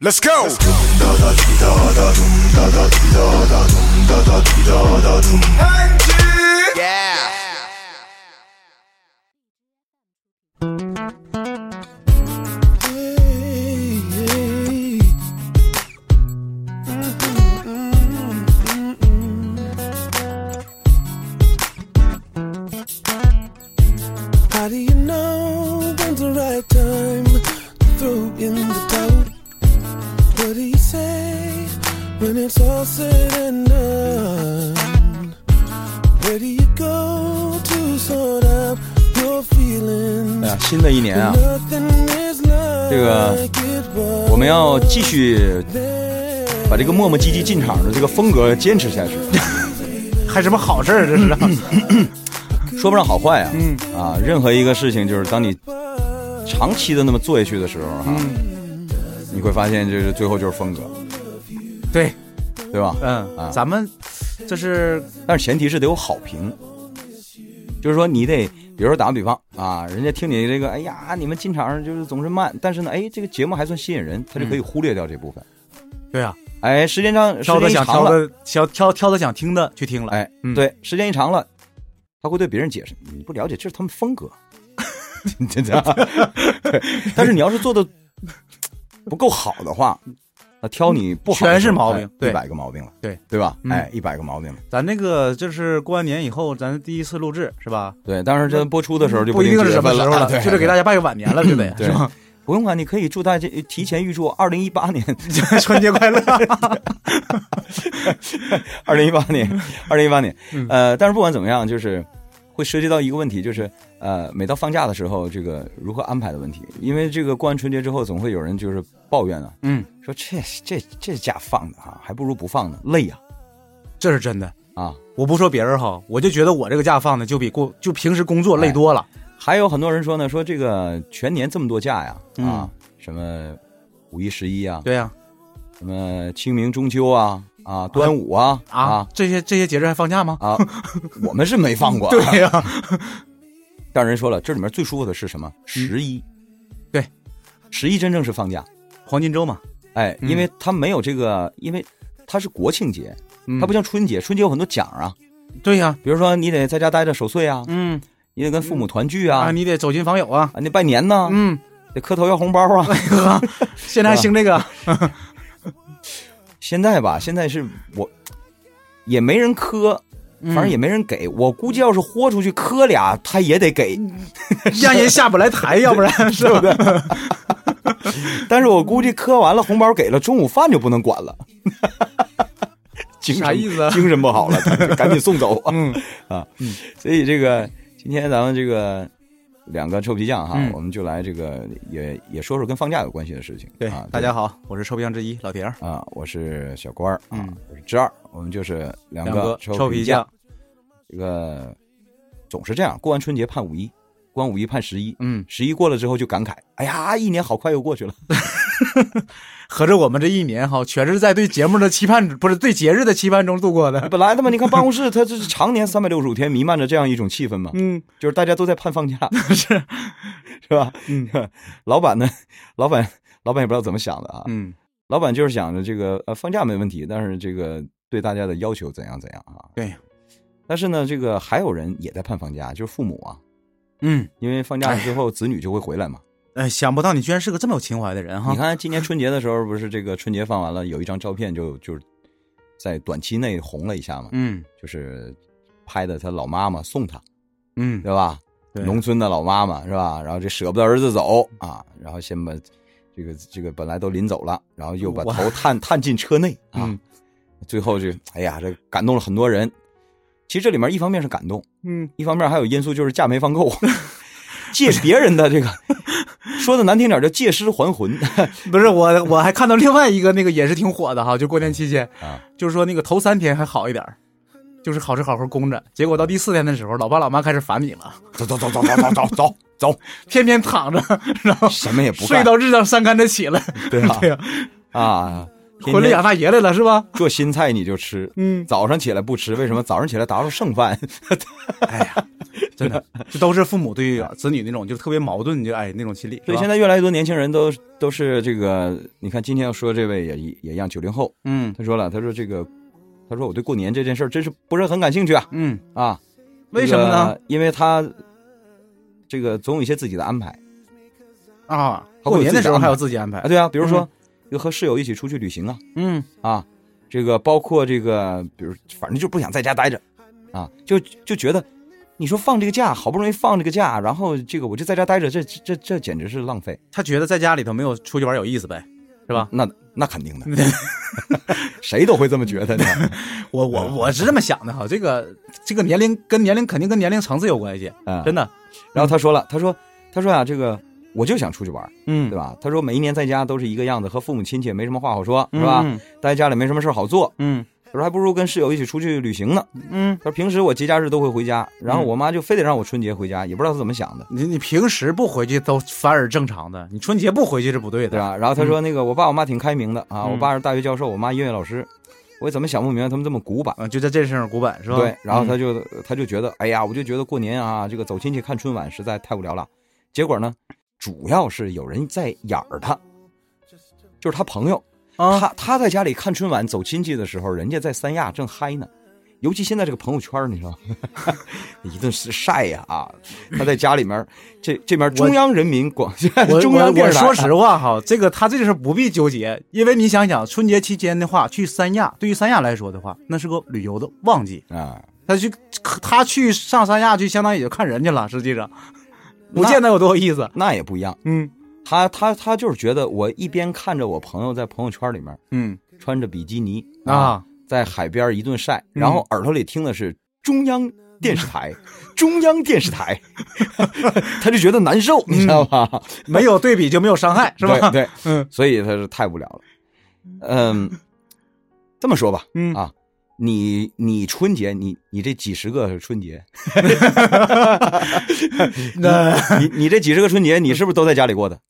Let's go. Yeah. 哎呀，新的一年啊，这个我们要继续把这个磨磨唧唧进场的这个风格坚持下去， 嗯还什么好事儿？这是啊，嗯说不上好坏啊，啊，任何一个事情就是当你长期的那么做下去的时候哈、嗯你会发现就是最后就是风格，对，对吧？啊嗯，咱们这是但是前提是得有好评，就是说你得，比如说打个比方啊，人家听你这个，哎呀，你们进场就是总是慢，但是呢，哎，这个节目还算吸引人，他就可以忽略掉这部分。嗯对啊，哎，时间长，时挑间的一想长挑了，的，想挑挑的想听的去听了，哎，嗯对，时间一长了，他会对别人解释，你不了解，这是他们风格， 真的。啊对但是你要是做的不够好的话，那挑你不好的全是时候毛病哎对一百个毛病了，对对吧？嗯哎，一百个毛病了。咱那个就是过完年以后，咱第一次录制是吧？对，当时这播出的时候就不一定定是几月什么份时候了，了，啊 对就是给大家拜个晚 年了，就得对是吧？ 不用管，你可以祝大家提前预祝二零一八年， 春节快乐，二零一八年，二零一八年 嗯。呃，但是不管怎么样，就是会涉及到一个问题，就是呃，每到放假的时候，这个如何安排的问题。因为这个过完春节之后，总会有人就是抱怨啊，嗯，说这这这假放的哈、还不如不放呢，累呀 这是真的。啊我不说别人好，我就觉得我这个假放的就比过就平时工作累多了。还有很多人说呢，说这个全年这么多假呀，嗯啊，什么五一、十一啊，对呀、什么清明、中秋啊，啊，端午啊，啊，这些这些节日还放假吗？啊， 我们是没放过啊。 对呀、 嗯但人说了，这里面最舒服的是什么？十一，对，十一真正是放假，黄金周嘛，哎，嗯因为它没有这个，因为它是国庆节，它不就像春节，春节有很多奖啊，对呀、比如说你得在家待着守岁啊，嗯你得跟父母团聚啊，啊，你得走亲访友啊，啊，你拜年呢，嗯， 得磕头要红包啊。现在还兴这 个，现在吧，现在是我也没人磕。反正也嗯没人给我，估计要是豁出去磕俩，他也得给，嗯让人下不来台，要不然是对吧？不对？ 但是我估计磕完了，红包给了，中午饭就不能管了。精神啥意思啊精神不好了，赶紧送走啊！ 嗯啊嗯，所以这个今天咱们这个两个臭皮匠哈，嗯我们就来这个也也说说跟放假有关系的事情。 对啊，，大家好，我是臭皮匠之一老田，对啊，我是小官儿啊嗯，我是之二，我们就是两两个臭皮匠。，这个总是这样，过完春节盼五一，过完五一盼十一，嗯，十一过了之后就感慨，哎呀，一年好快又过去了。合着我们这一年哈，全是在对节目的期盼，不是对节日的期盼中度过的。本来他妈，你看办公室，它就是常年三百六十五天弥漫着这样一种气氛嘛，嗯，就是大家都在 盼放假，是是吧？嗯， 老板呢，老板老板也不知道怎么想的啊，嗯，老板就是想着这个呃放假没问题，但是这个对大家的要求怎样怎样啊。对，但是呢，这个还有人也在盼放假，就是父母啊，嗯，因为放假了之后子女就会回来嘛。哎，想不到你居然是个这么有情怀的人哈你。看今年春节的时候，不是这个春节放完了，有一张照片就就是在短期内红了一下嘛，嗯就是拍的他老妈妈送他，嗯，对吧？对农村的老妈妈是吧？然后这舍不得儿子走啊，然后先把这个这个本来都临走了，然后又把哇头探探进车内啊，嗯最后就哎呀，这感动了很多人。其实这里面一方面是感动，嗯，一方面还有因素就是假没 放够，借别人的这个，说的难听点叫借尸 还魂不是我，我还看到另外一个那个也是挺火的哈，就过年期间，啊。就是说那个头三天还好一点儿，就是好吃好喝供着，结果到第四天的时候，老爸老妈开始烦你了， 走走走走走走走走，天天躺着， 然后 什么也不睡干，到日上三竿子起来，对吧？ 对呀、啊，天回来天养大爷来了是 吧？做新菜你就吃，嗯，早上起来不吃，为什么？早上起来打扫剩饭，哎呀，真 的，这都是父母 对子女那种就是特别矛盾，就哎那种心理。所以是吧现在越来越多年轻人都都是这个，你看今天要说这位也一也一样，九零后，嗯他说了，他说这个，他说我对过年这件事儿真是不是很感兴趣啊嗯，啊，为什么呢？这个？因为他这个总有一些自己的安排啊，他会过有年自的己时候安还排有自己安排啊，。对啊，比如说、又和室友一起出去旅行啊嗯啊，这个包括这个，比如反正就不想在家待着啊，就就觉得。你说放这个假，好不容易放这个假，然后这个我就在家待着，这这这这简直是浪费，他觉得在家里头没有出去玩有意思呗，是吧？嗯那那 肯定的，谁都会这么觉得的。我我我是这么想的哈，这个这个年龄跟年龄肯定跟年龄层次有关系，啊，真的。然后他说了，他说，他说啊，这个我就想出去玩儿，嗯对吧？他说每一年在家都是一个样子，和父母亲戚也没什么话好说，是是吧？吧？待在家里没什么事儿好做，嗯他说还不如跟室友一起出去旅行呢。嗯，他说平时我节假日都会回家，然后嗯我妈就非得让我春节回家，也不知道她怎么想的，你你平时不回去都反而正常的，你春节不回去是不对啊对的。吧？然后他说那个我爸我妈挺开明的啊，嗯我爸是大学教授，我妈音乐老师，我也怎么想不明白他们这么古板。嗯，就在这事上古板是吧？对，然后他嗯就、他就觉得，哎呀，我就觉得过年啊，这个走亲戚看春晚实在太无聊了。结果呢，主要是有人在眼儿他，就是他朋友，啊，他他在家里看春晚走亲戚的时候，人家在三亚正嗨呢。尤其现在这个朋友圈，你知道吗， 一顿是晒呀啊他在家里面，这这边中央人民广我 中央我电我视台，说实话哈，这个他这个事不必纠结，因为你想想，春节期间的话，去三亚，对于三亚来说的话，那是个旅游的旺季，啊，他去他去上三亚去，相当于也就看人去了，实际上 不那见得有多有意思。那也不一样。嗯他他他就是觉得我一边看着我朋友在朋友圈里面嗯穿着比基尼啊，在海边一顿晒，嗯然后耳朵里听的是中央电视 台，中央电视台， 他就觉得难受，你知道吧？ 没有对比就没有伤嗯害，是吧？对，对嗯所以他是太无聊了。嗯，这么说吧，嗯啊，你你春节，你你这几十个春节， 那 你你这几十个春节，你是不是都在家里过的？哎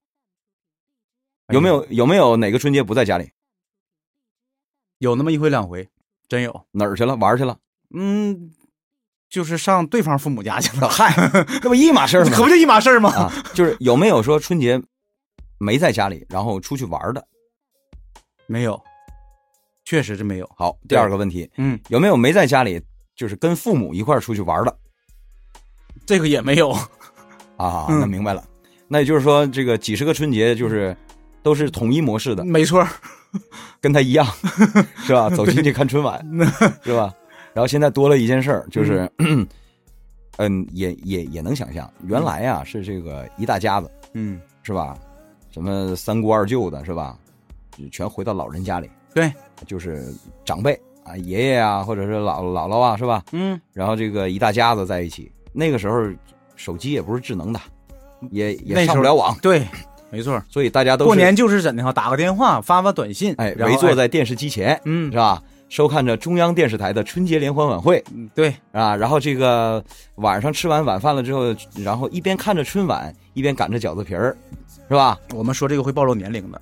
有没有有没有哪个春节不在家里？ 有那么一回两回，真有。哪儿去了？玩儿去了？嗯，就是上对方父母家去了， 嗨，那不一码事儿吗？可不就一码事儿吗？啊，就是有没有说春节没在家里，然后出去玩的？没有，确实是没有。好，第二个问题，嗯，有没有没在家里，就是跟父母一块儿出去玩的这个也没有。啊？嗯那明白了，那也就是说，这个几十个春节就是都是统一模式的，没错儿，跟他一 样，是吧？走亲戚看春晚，嗯是吧？然后现在多了一件事儿，就是， 嗯，也也也能想象，原来啊是这个一大家子，嗯，是吧？什么三姑二舅的，是吧？全回到老人家里。对，就是长辈啊，爷爷啊，或者是姥姥姥啊，是吧？嗯，然后这个一大家子在一起，那个时候手机也不是智能的，也那也时候上不了网，对，没错儿。所以大家都是过年就是怎的哈，打个电话，发发短信，哎然后围坐在电视机前，嗯是，吧？收看着中央电视台的春节联欢晚会嗯对，啊，然后这个晚上吃完晚饭了之后，然后一边看着春晚，一边擀着饺子皮儿，是吧？我们说这个会暴露年 龄的。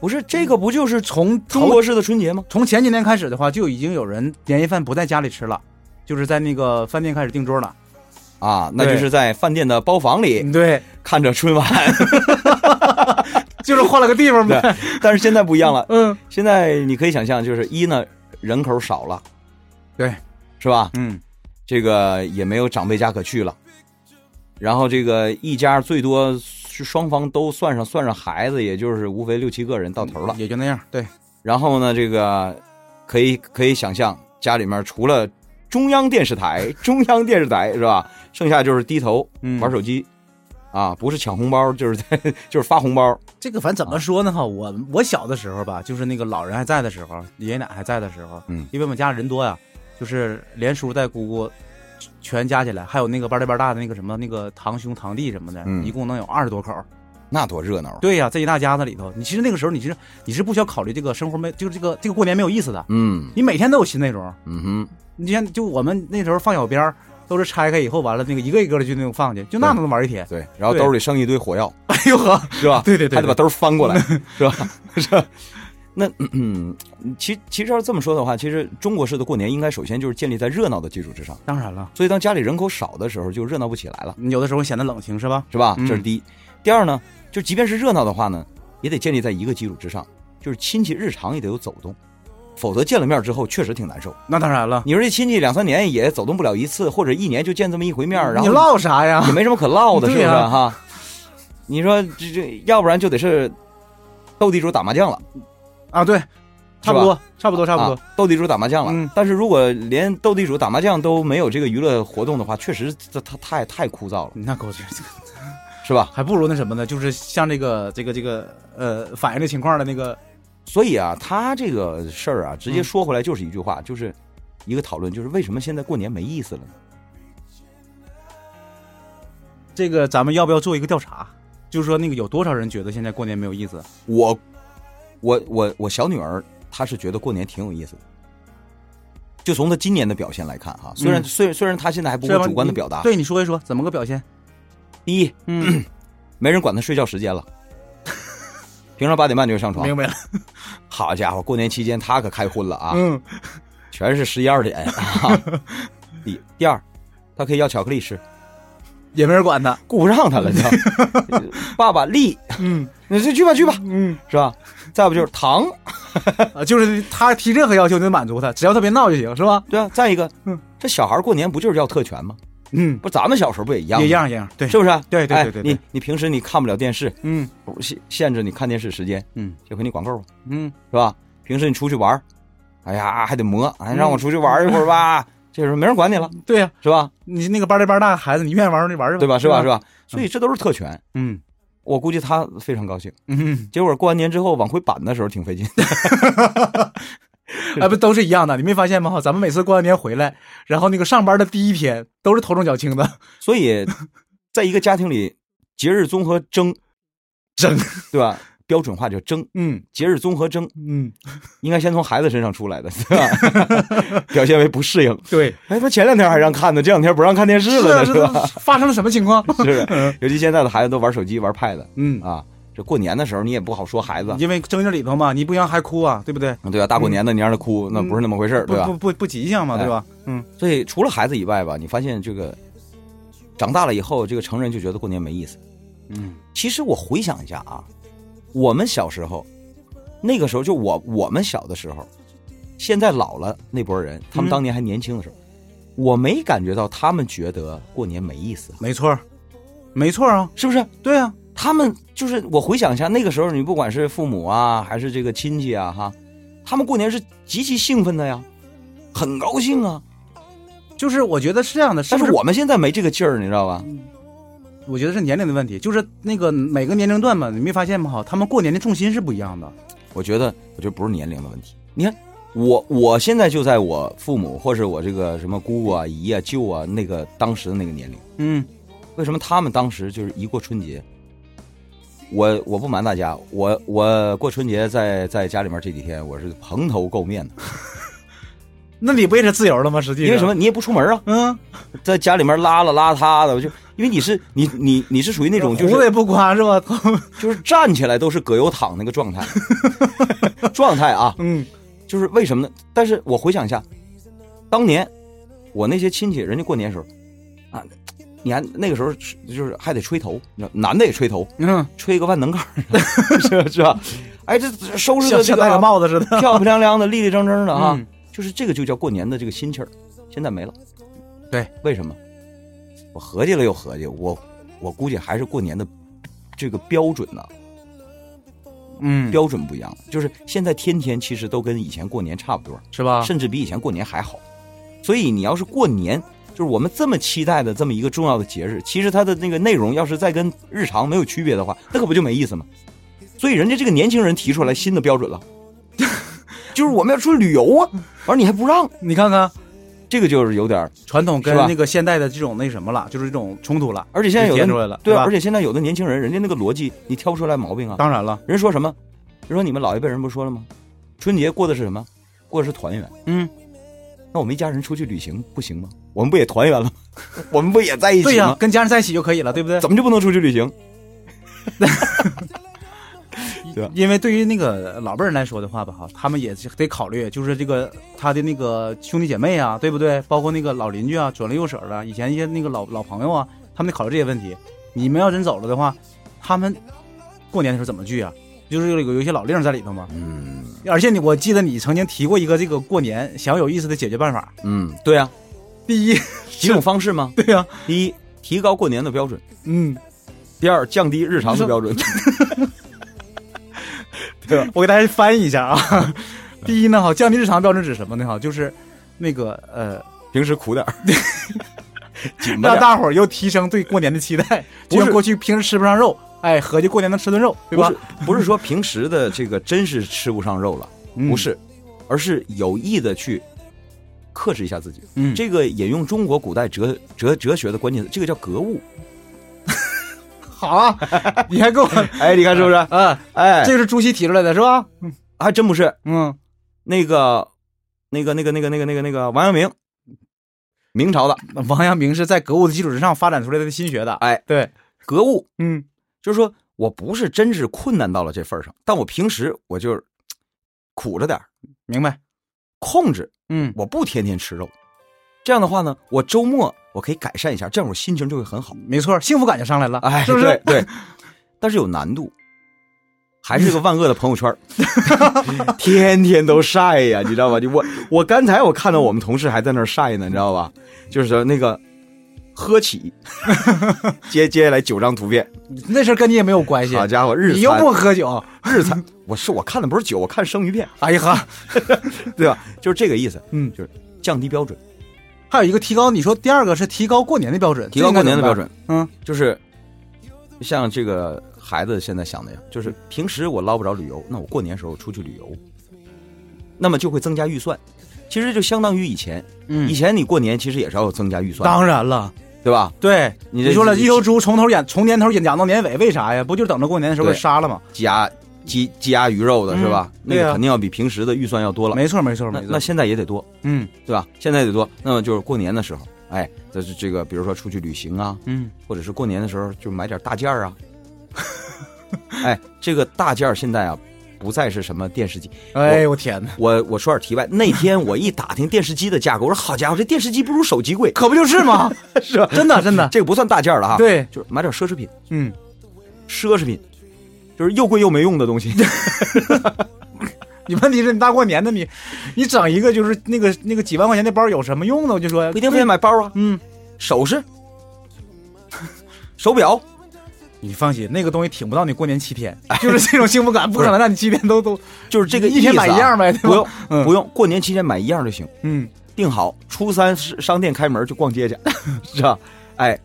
不是这个不就是嗯从中中国国式的春节吗？从前几年开始的话，就已经有人年夜饭不在家里吃了，就是在那个饭店开始订桌了。啊，那就对嗯是在饭店的包房里对，看着 春晚，就是换了个地方呗。但是现在不一样了， 嗯现在你可以想象，就是一呢，人口少了，对，是吧？嗯，这个也没有长辈家可去了，然后这个一家最多是双方都算上算上孩子，也就是无非六七个人到头了。也就那样。对，然后呢，这个可以可以想象，家里面除了中央电视台， 中央电视台是吧？剩下就是低头嗯玩手机，啊，不是抢红包，就是在 就是发红包。这个反正怎么说呢哈，我我小的时候吧，就是那个老人还在的时候，爷爷奶奶还在的时候，嗯，因为我们家人多呀，就是连叔带姑姑全加起来，还有那个班儿大班儿大的那个什么那个堂兄堂弟什么的，嗯一共能有二十多口儿。那多热闹啊！对呀、这一大家子里头，你其实那个时候你其实你是不需要考虑这个生活没，就是这个这个过年没有意思的，嗯你每天都有新内容。嗯哼。你像就我们那时候放小鞭儿，都是拆开以后完了那个一个一个的就那种放去，就那能玩一天。对，然后对 兜里剩一堆火药，哎呦呵，是吧？对对对对 还得把兜翻过来，是吧？是吧，那 嗯，其其实要是这么说的话，其实中国式的过年应该首先就是建立在热闹的基础之上。当然了，所以当家里人口少的时候，就热闹不起来了，有的时候显得冷清是吧？是吧？嗯这是第一。第二呢，就即便是热闹的话呢，也得建立在一个基础之上，就是亲戚日常也得有走动，否则见了面之后确实挺难受。那当然了，你说这亲戚两三年也走动不了一次，或者一年就见这么一回面，然你后唠啥呀也？没什么可唠的，是不 对啊是呀哈？你说这这，要不然就得是斗地主打麻将了。啊，对，差不多，差不多，差不多。啊，斗地主打麻将了。嗯但是如果连斗地主打麻将都没有这个娱乐活动的话，确实这它太太枯燥了，那狗去，是吧？还不如那什么呢？就是像这个这个这个呃，反映这情况的那个，所以啊，他这个事儿啊，直嗯接说回来就是一句话，就是一个讨论，就是为什么现在过年没意思了呢？这个咱们要不要做一个调查？就是说那个有多少人觉得现在过年没有意思？我我我我小女儿她是觉得过年挺有意思的。就从她今年的表现来看，哈，虽然、嗯虽虽然她现在还不是会吧主观的你表达，对，你说一说怎么个表现？第一，嗯， 没人管她睡觉 时间了，平常八点半就上床，明白了。好家伙，过年期间她可开荤了啊，嗯，全是十一 二点啊。第第二，他可以要巧克力吃，也没人管 他。顾不上他了，你知道？ 爸爸力，嗯你就去吧去吧，嗯，是吧？再不就是糖，啊，就是他提任何要求你得满足他，只要他别闹就行，是吧？对啊。再一个，嗯这小孩过年不就是要特权吗？嗯，不，咱们小时候不也一样吗？一样一样，对，是不是？对对哎对对对你你平时你看不了电视，嗯限限制你看电视时间，嗯这回你管够了，嗯，是吧？平时你出去玩儿，哎呀还得磨，哎让我出去玩一会儿吧，这时候没人管你了，对呀、是吧？你那个班里班大孩子，你愿意玩儿就玩儿去吧，嗯对吧？是吧？是嗯吧？吧？所以这都是特权，嗯我估计他非常高兴。嗯，结果过完年之后往回板的时候挺费劲，哎，不都是一样的？你没发现吗？咱们每次过完年回来，然后那个上班的第一天都是头重脚轻的， 所以在一个家庭里，节日综合 征，整，对吧？标准化叫征，嗯节日综合征嗯，应该先从孩子身上出来的，对吧？ 表现为不适应。对，哎，他前两天还让看呢，这两天不让看电视是了的，呢，是是啊嗯吧？的，发生了什么情况？是不是？尤其现在的孩子都玩手机、玩 Pad 嗯，啊，这过年的时候你也不好说孩子，因为蒸着里头嘛，你不行还哭啊，对不对？对吧？大过年的你让他哭，那不是那么回事儿，嗯不对吧？不不不吉祥嘛，哎对吧？嗯，所以除了孩子以外吧，你发现这个长大了以后，这个成人就觉得过年没意思。嗯，其实我回想一下啊，我们小时候，那个时候就我我们小的时候，现在老了那波人，他嗯们当年还年轻的时候，我没感觉到他们觉得过年没意思，没错儿，没错儿啊，是不是？对啊，他们就是我回想一下，那个时候你不管是父母啊，还是这个亲戚啊，哈，他们过年是极其兴奋的呀，很高兴啊。就是我觉得是这样的，是但不是是？我们现在没这个劲儿，你知道吧？我觉得是年龄的问题，就是那个每个年龄段嘛，你没发现吗？哈，他们过年的重心是不一样的。我觉得，我觉得不是年龄的问题。你看，我我现在就在我父母或是我这个什么姑啊、姨啊、舅啊那个当时的那个年龄，嗯为什么他们当时就是一过春节，我我不瞒大家，我我过春节在在家里面这几天我是蓬头垢面的，，那你不也是自由了吗？实际因为什么？？你也不出门啊，嗯，在家里面邋邋遢遢的，我就因为你是你你你是属于那种就胡子是也不刮是吧？ 头就是站起来都是葛优躺那个状态， 状态啊，嗯就是为什么呢？但是我回想一下，当年我那些亲戚，人家过年时候啊，你还那个时候是就是还得吹头，你知道男的也吹头，嗯，吹个万能盖儿， 是吧是吧？哎，这这收拾像的这像个戴啊个帽子似的。漂漂亮亮的、立立正正的啊，嗯就是这个就叫过年的这个心气儿，现在没了。对，为什么？我合计了又合计，我我估计还是过年的这个标准呢、嗯，标准不一样了，就是现在天天其实都跟以前过年差不多。是吧？甚至比以前过年还好。所以你要是过年，就是我们这么期待的这么一个重要的节日，其实它的那个内容要是再跟日常没有区别的话，那可不就没意思吗？所以人家这个年轻人提出来新的标准了， 就是我们要出去旅游啊，完了你还不让，你看看这个就是有点儿。传统跟是吧那个现代的这种那什么了，就是这种冲突了。而且现在有体现出来的了对是啊，吧而且现在有的年轻人，人家那个逻辑你挑不出来毛病啊。当然了，人说什么？人说你们老一辈人不说了吗？春节过的是什么？过的是团圆。嗯，那我们一家人出去旅行不行吗？我们不也团圆了吗？ 我们不也在一对起呀、吗？跟家人在一起就可以了，对不对？怎么就不能出去旅行？对吧？因为对于那个老辈儿人来说的话吧，哈，他们也是得考虑，就是这个他的那个兄弟姐妹啊，对不对？包括那个老邻居啊，左邻右舍的，以前一些那个老老朋友啊，他们得考虑这些问题。你们要真走了的话，他们过年的时候怎么聚啊？就是有有一些老令儿在里头嘛。嗯而且你我记得你曾经提过一个这个过年想要有意思的解决办法，嗯，对啊，第一，几种方式吗？对呀、第一，提高过年的标准；嗯，第二，降低日常的 标准。对吧？我给大家翻译一下啊。 第一呢，哈，降低日常标准指什么呢？哈，就是那个呃，平时苦点 儿，紧巴让点儿。大伙儿又提升对过年的期待，不就是像过去平时吃不上肉，哎，合计过年能吃顿肉，对不吧是？不是说平时的这个真是吃不上肉了，嗯不，是，而是有意的去克制一下自己。嗯，这个引用中国古代哲哲哲学的关键词，这个叫格物。好 啊，你还跟我哎，你看是不是？啊，哎，这是朱熹提出来的是吧？还真不是嗯，那个那个那个那个那个那个那个王阳明，明朝的王阳明是在格物的基础之上发展出来的新学的，哎，对，格物，嗯就是说我不是真是困难到了这份儿上，但我平时我就是苦着点儿明白，控制，嗯我不天天吃肉。这样的话呢，我周末我可以改善一下，这样我心情就会很好。没错，幸福感就上 来了，哎，是不是？对对，但是有难度，还是个万恶的朋友 圈儿，天天都晒呀，你知道吧？你我我刚才我看到我们同事还在那儿晒呢，你知道吧？就是说那个 喝起，接接下来九张图片，那事儿跟你也没有关系，好家伙，日你又餐不喝酒，日餐，我是我看的不是酒，我看生鱼片，哎呀，对吧？就是这个意思，嗯就是降低标准，还有一个提高，你说第二个是提高过年的标准，提高过年的标准，这应该怎么办，嗯就是像这个孩子现在想的呀，就是平时我捞不着旅游，那我过年时候出去旅游，那么就会增加预算。其实就相当于以前，嗯以嗯，前你过年其实也是要有增加预算的，当然了，对吧？对，你这说了，你一头猪从头演从年头演讲到年尾，为啥呀？不就是等着过年的时候给对杀了吗？鸡鸭鸡鸡鸭鱼肉的是吧？嗯那对个啊肯定要比平时的预算要多了。没错，没错，那没那错。现在也得多，嗯对吧？现在也得多。那么就是过年的时候，哎，这是这个，比如说出去旅行啊，嗯，或者是过年的时候就买点大件儿啊。 哎，这个大件儿现在啊，不再是什么电视机。哎，我天哪，我我说点题外，那天我一打听电视机的价格，我说好家伙，这电视机不如手机贵，可不就是吗？ 是吧？啊真的，真的，这个不算大件儿了哈。，对，就是买点奢侈品，嗯，奢侈品就是又贵又没用的东西。你问题是你大过年的你，你整一个就是那个那个几万块钱的包有什么用呢？我就说不一定非得，买包啊，嗯，首饰、手表，你放心，那个东西挺不到你过年七天，就是这种幸福感不可能让你七天都都哎就是这个一天意思买啊一样，呗，对不吧？用嗯不用，过年期间买一样就行。嗯定好，初三是商店开门去逛街去， 是吧？哎，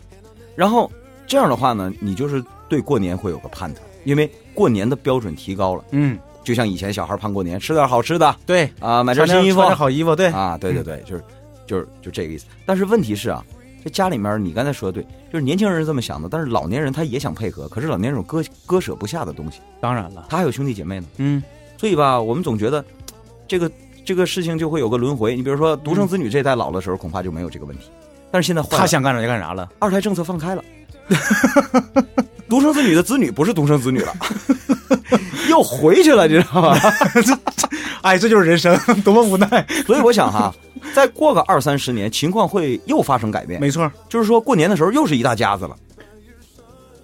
然后这样的话呢，你就是对过年会有个盼头，因为过年的标准提高了，嗯，就像以前小孩盼过年，吃点好吃的对，啊，买买件新衣服穿点好衣服，对，啊，对对对，就是就是就这个意思。但是问题是啊，这家里面你刚才说的对，就是年轻人是这么想的，但是老年人他也想配合，可是老年人有割割舍不下的东西，当然了，他还有兄弟姐妹呢。嗯，所以吧，我们总觉得这个这个事情就会有个轮回。你比如说，独生子女这一代老的时候，恐怕就没有这个问题。但是现在换他了想干啥就干啥了，二胎政策放开了， 独生子女的子女不是独生子女了， 又回去了，你知道吧？哎，这就是人生，多么无 奈，所以我想哈，再过个二三十年，情况会又发生改变。没错。就是说过年的时候又是一大家子了，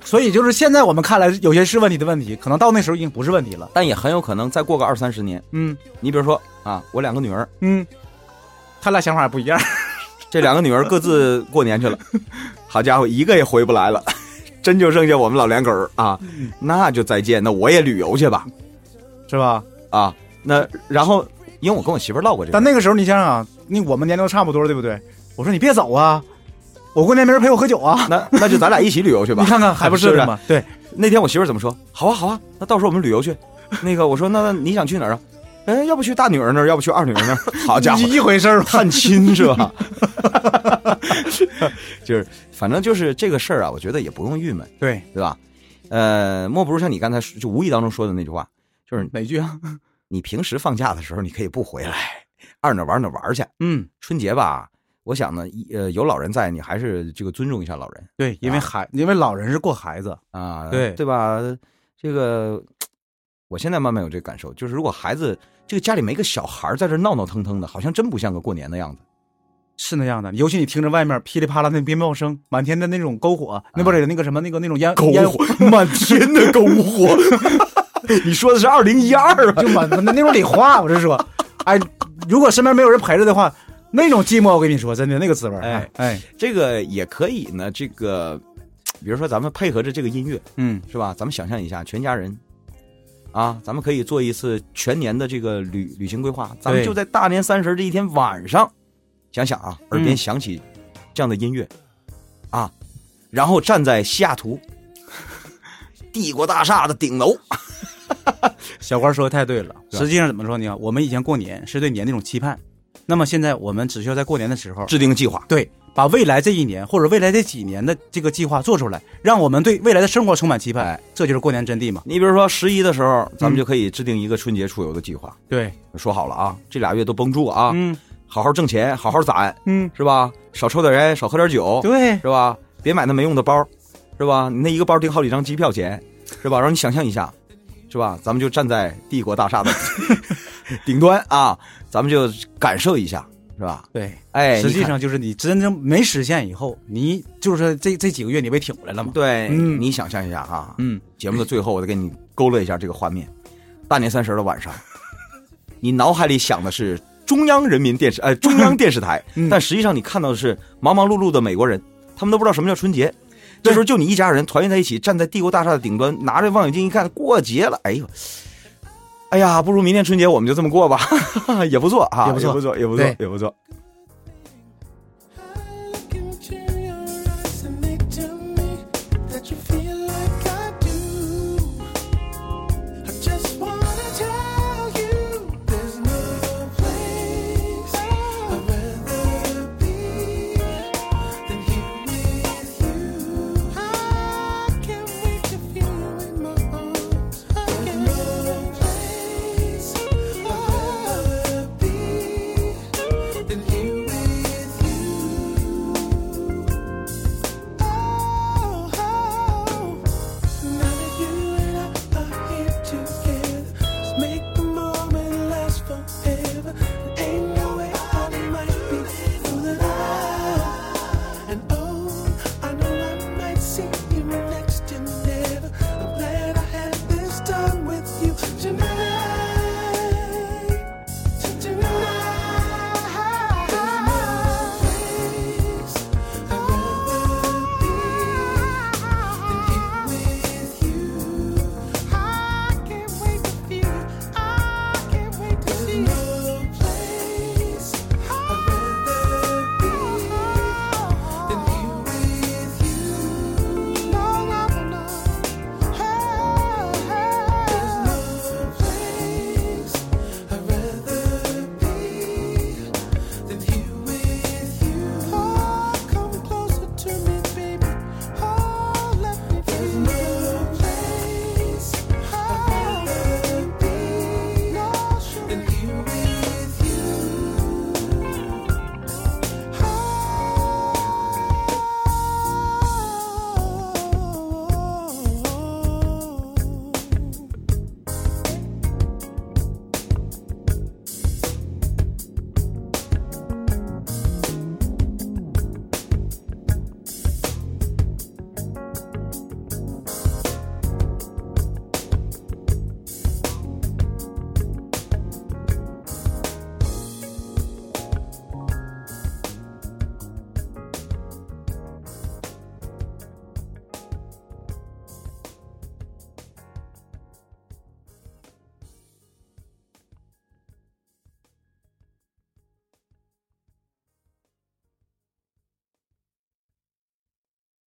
所以就是现在我们看来，有些是问题的问题，可能到那时候已经不是问题了。但也很有可能再过个二三十年，嗯你比如说啊，我两个女儿，嗯，他俩想法不一样。这两个女儿各自过年去了，好家伙，一个也回不来了，真就剩下我们老两口儿啊，嗯那就再见，那我也旅游去吧是吧？啊，那然后因为我跟我媳妇儿唠过这个但，那个时候你想想啊，那我们年龄都差不多了，对不对？我说你别走啊，我过年没人陪我喝酒啊，那那就咱俩一起旅游去吧你。看看还不是是不是吗？对，那天我媳妇儿怎么说？好啊好啊，那到时候我们旅游去。那个我说那那你想去哪儿啊？哎，要不去大女儿那儿，要不去二女儿那儿。好啊家伙， 一回事儿嘛。探亲是 吧？就是，反正就是这个事儿啊，我觉得也不用郁闷，对，对吧？呃，莫不如像你刚才说就无意当中说的那句话，就是哪句啊？你平时放假的时候你可以不回来，二哪玩哪玩去。嗯，春节吧，我想呢，一呃，有老人在，你还是这个尊重一下老人对，因为孩，因为老人是过孩子，啊，对对吧？这个我现在慢慢有这个感受，就是如果孩子这个家里没个小孩儿在这闹闹腾腾的，好像真不像个过年的样子。是那样的，尤其你听着外面噼里啪啦那鞭炮声，满天的那种篝火，那不是那个什么那个那种烟烟火，，满天的篝火。 你说的是二零一二啊？就满那那种礼花，我是说，哎，如果身边没有人陪着的话，那种寂寞，我跟你说，真的那个滋味儿，哎哎哎，这个也可以呢。这个，比如说咱们配合着这个音乐，嗯，是吧？咱们想象一下，全家人，啊，咱们可以做一次全年的这个旅旅行规划。咱们对就在大年三十这一天晚上，想想啊，耳边嗯响起这样的音乐，啊，然后站在西雅图 帝国大厦的顶楼，小关说的太对了，对实际上怎么说呢？我们以前过年是对年那种期盼，那么现在我们只需要在过年的时候，制定计划。对，把未来这一年或者未来这几年的这个计划做出来，让我们对未来的生活充满期盼，这就是过年真谛嘛。你比如说十一的时候，咱嗯们就可以制定一个春节出游的计划。对，说好了啊，这俩月都绷住啊，嗯好好挣钱，好好攒，嗯，是吧？少抽点烟，少喝点酒，对，是吧？别买那没用的包，是吧？你那一个包顶好几张机票钱，是吧？让你想象一下，是吧？咱们就站在帝国大厦的 顶端啊，咱们就感受一下，是吧？对，哎，实际你看上就是你真正没实现以后，你就是这这几个月你被挺过来了嘛。对、嗯你想象一下啊，嗯，节目的最后我再给你勾勒一下这个画面，大年三十的晚上， 你脑海里想的是。中央人民电视，呃，中央电视 台，嗯但实际上你看到的是忙忙碌碌的美国人，他们都不知道什么叫春节。这时候就你一家人团圆在一起，站在帝国大厦的顶端，拿着望远镜一看，过节了，哎呦，哎呀，不如明年春节我们就这么过吧，也不错啊， 也不错也不错，也不错对，也不错。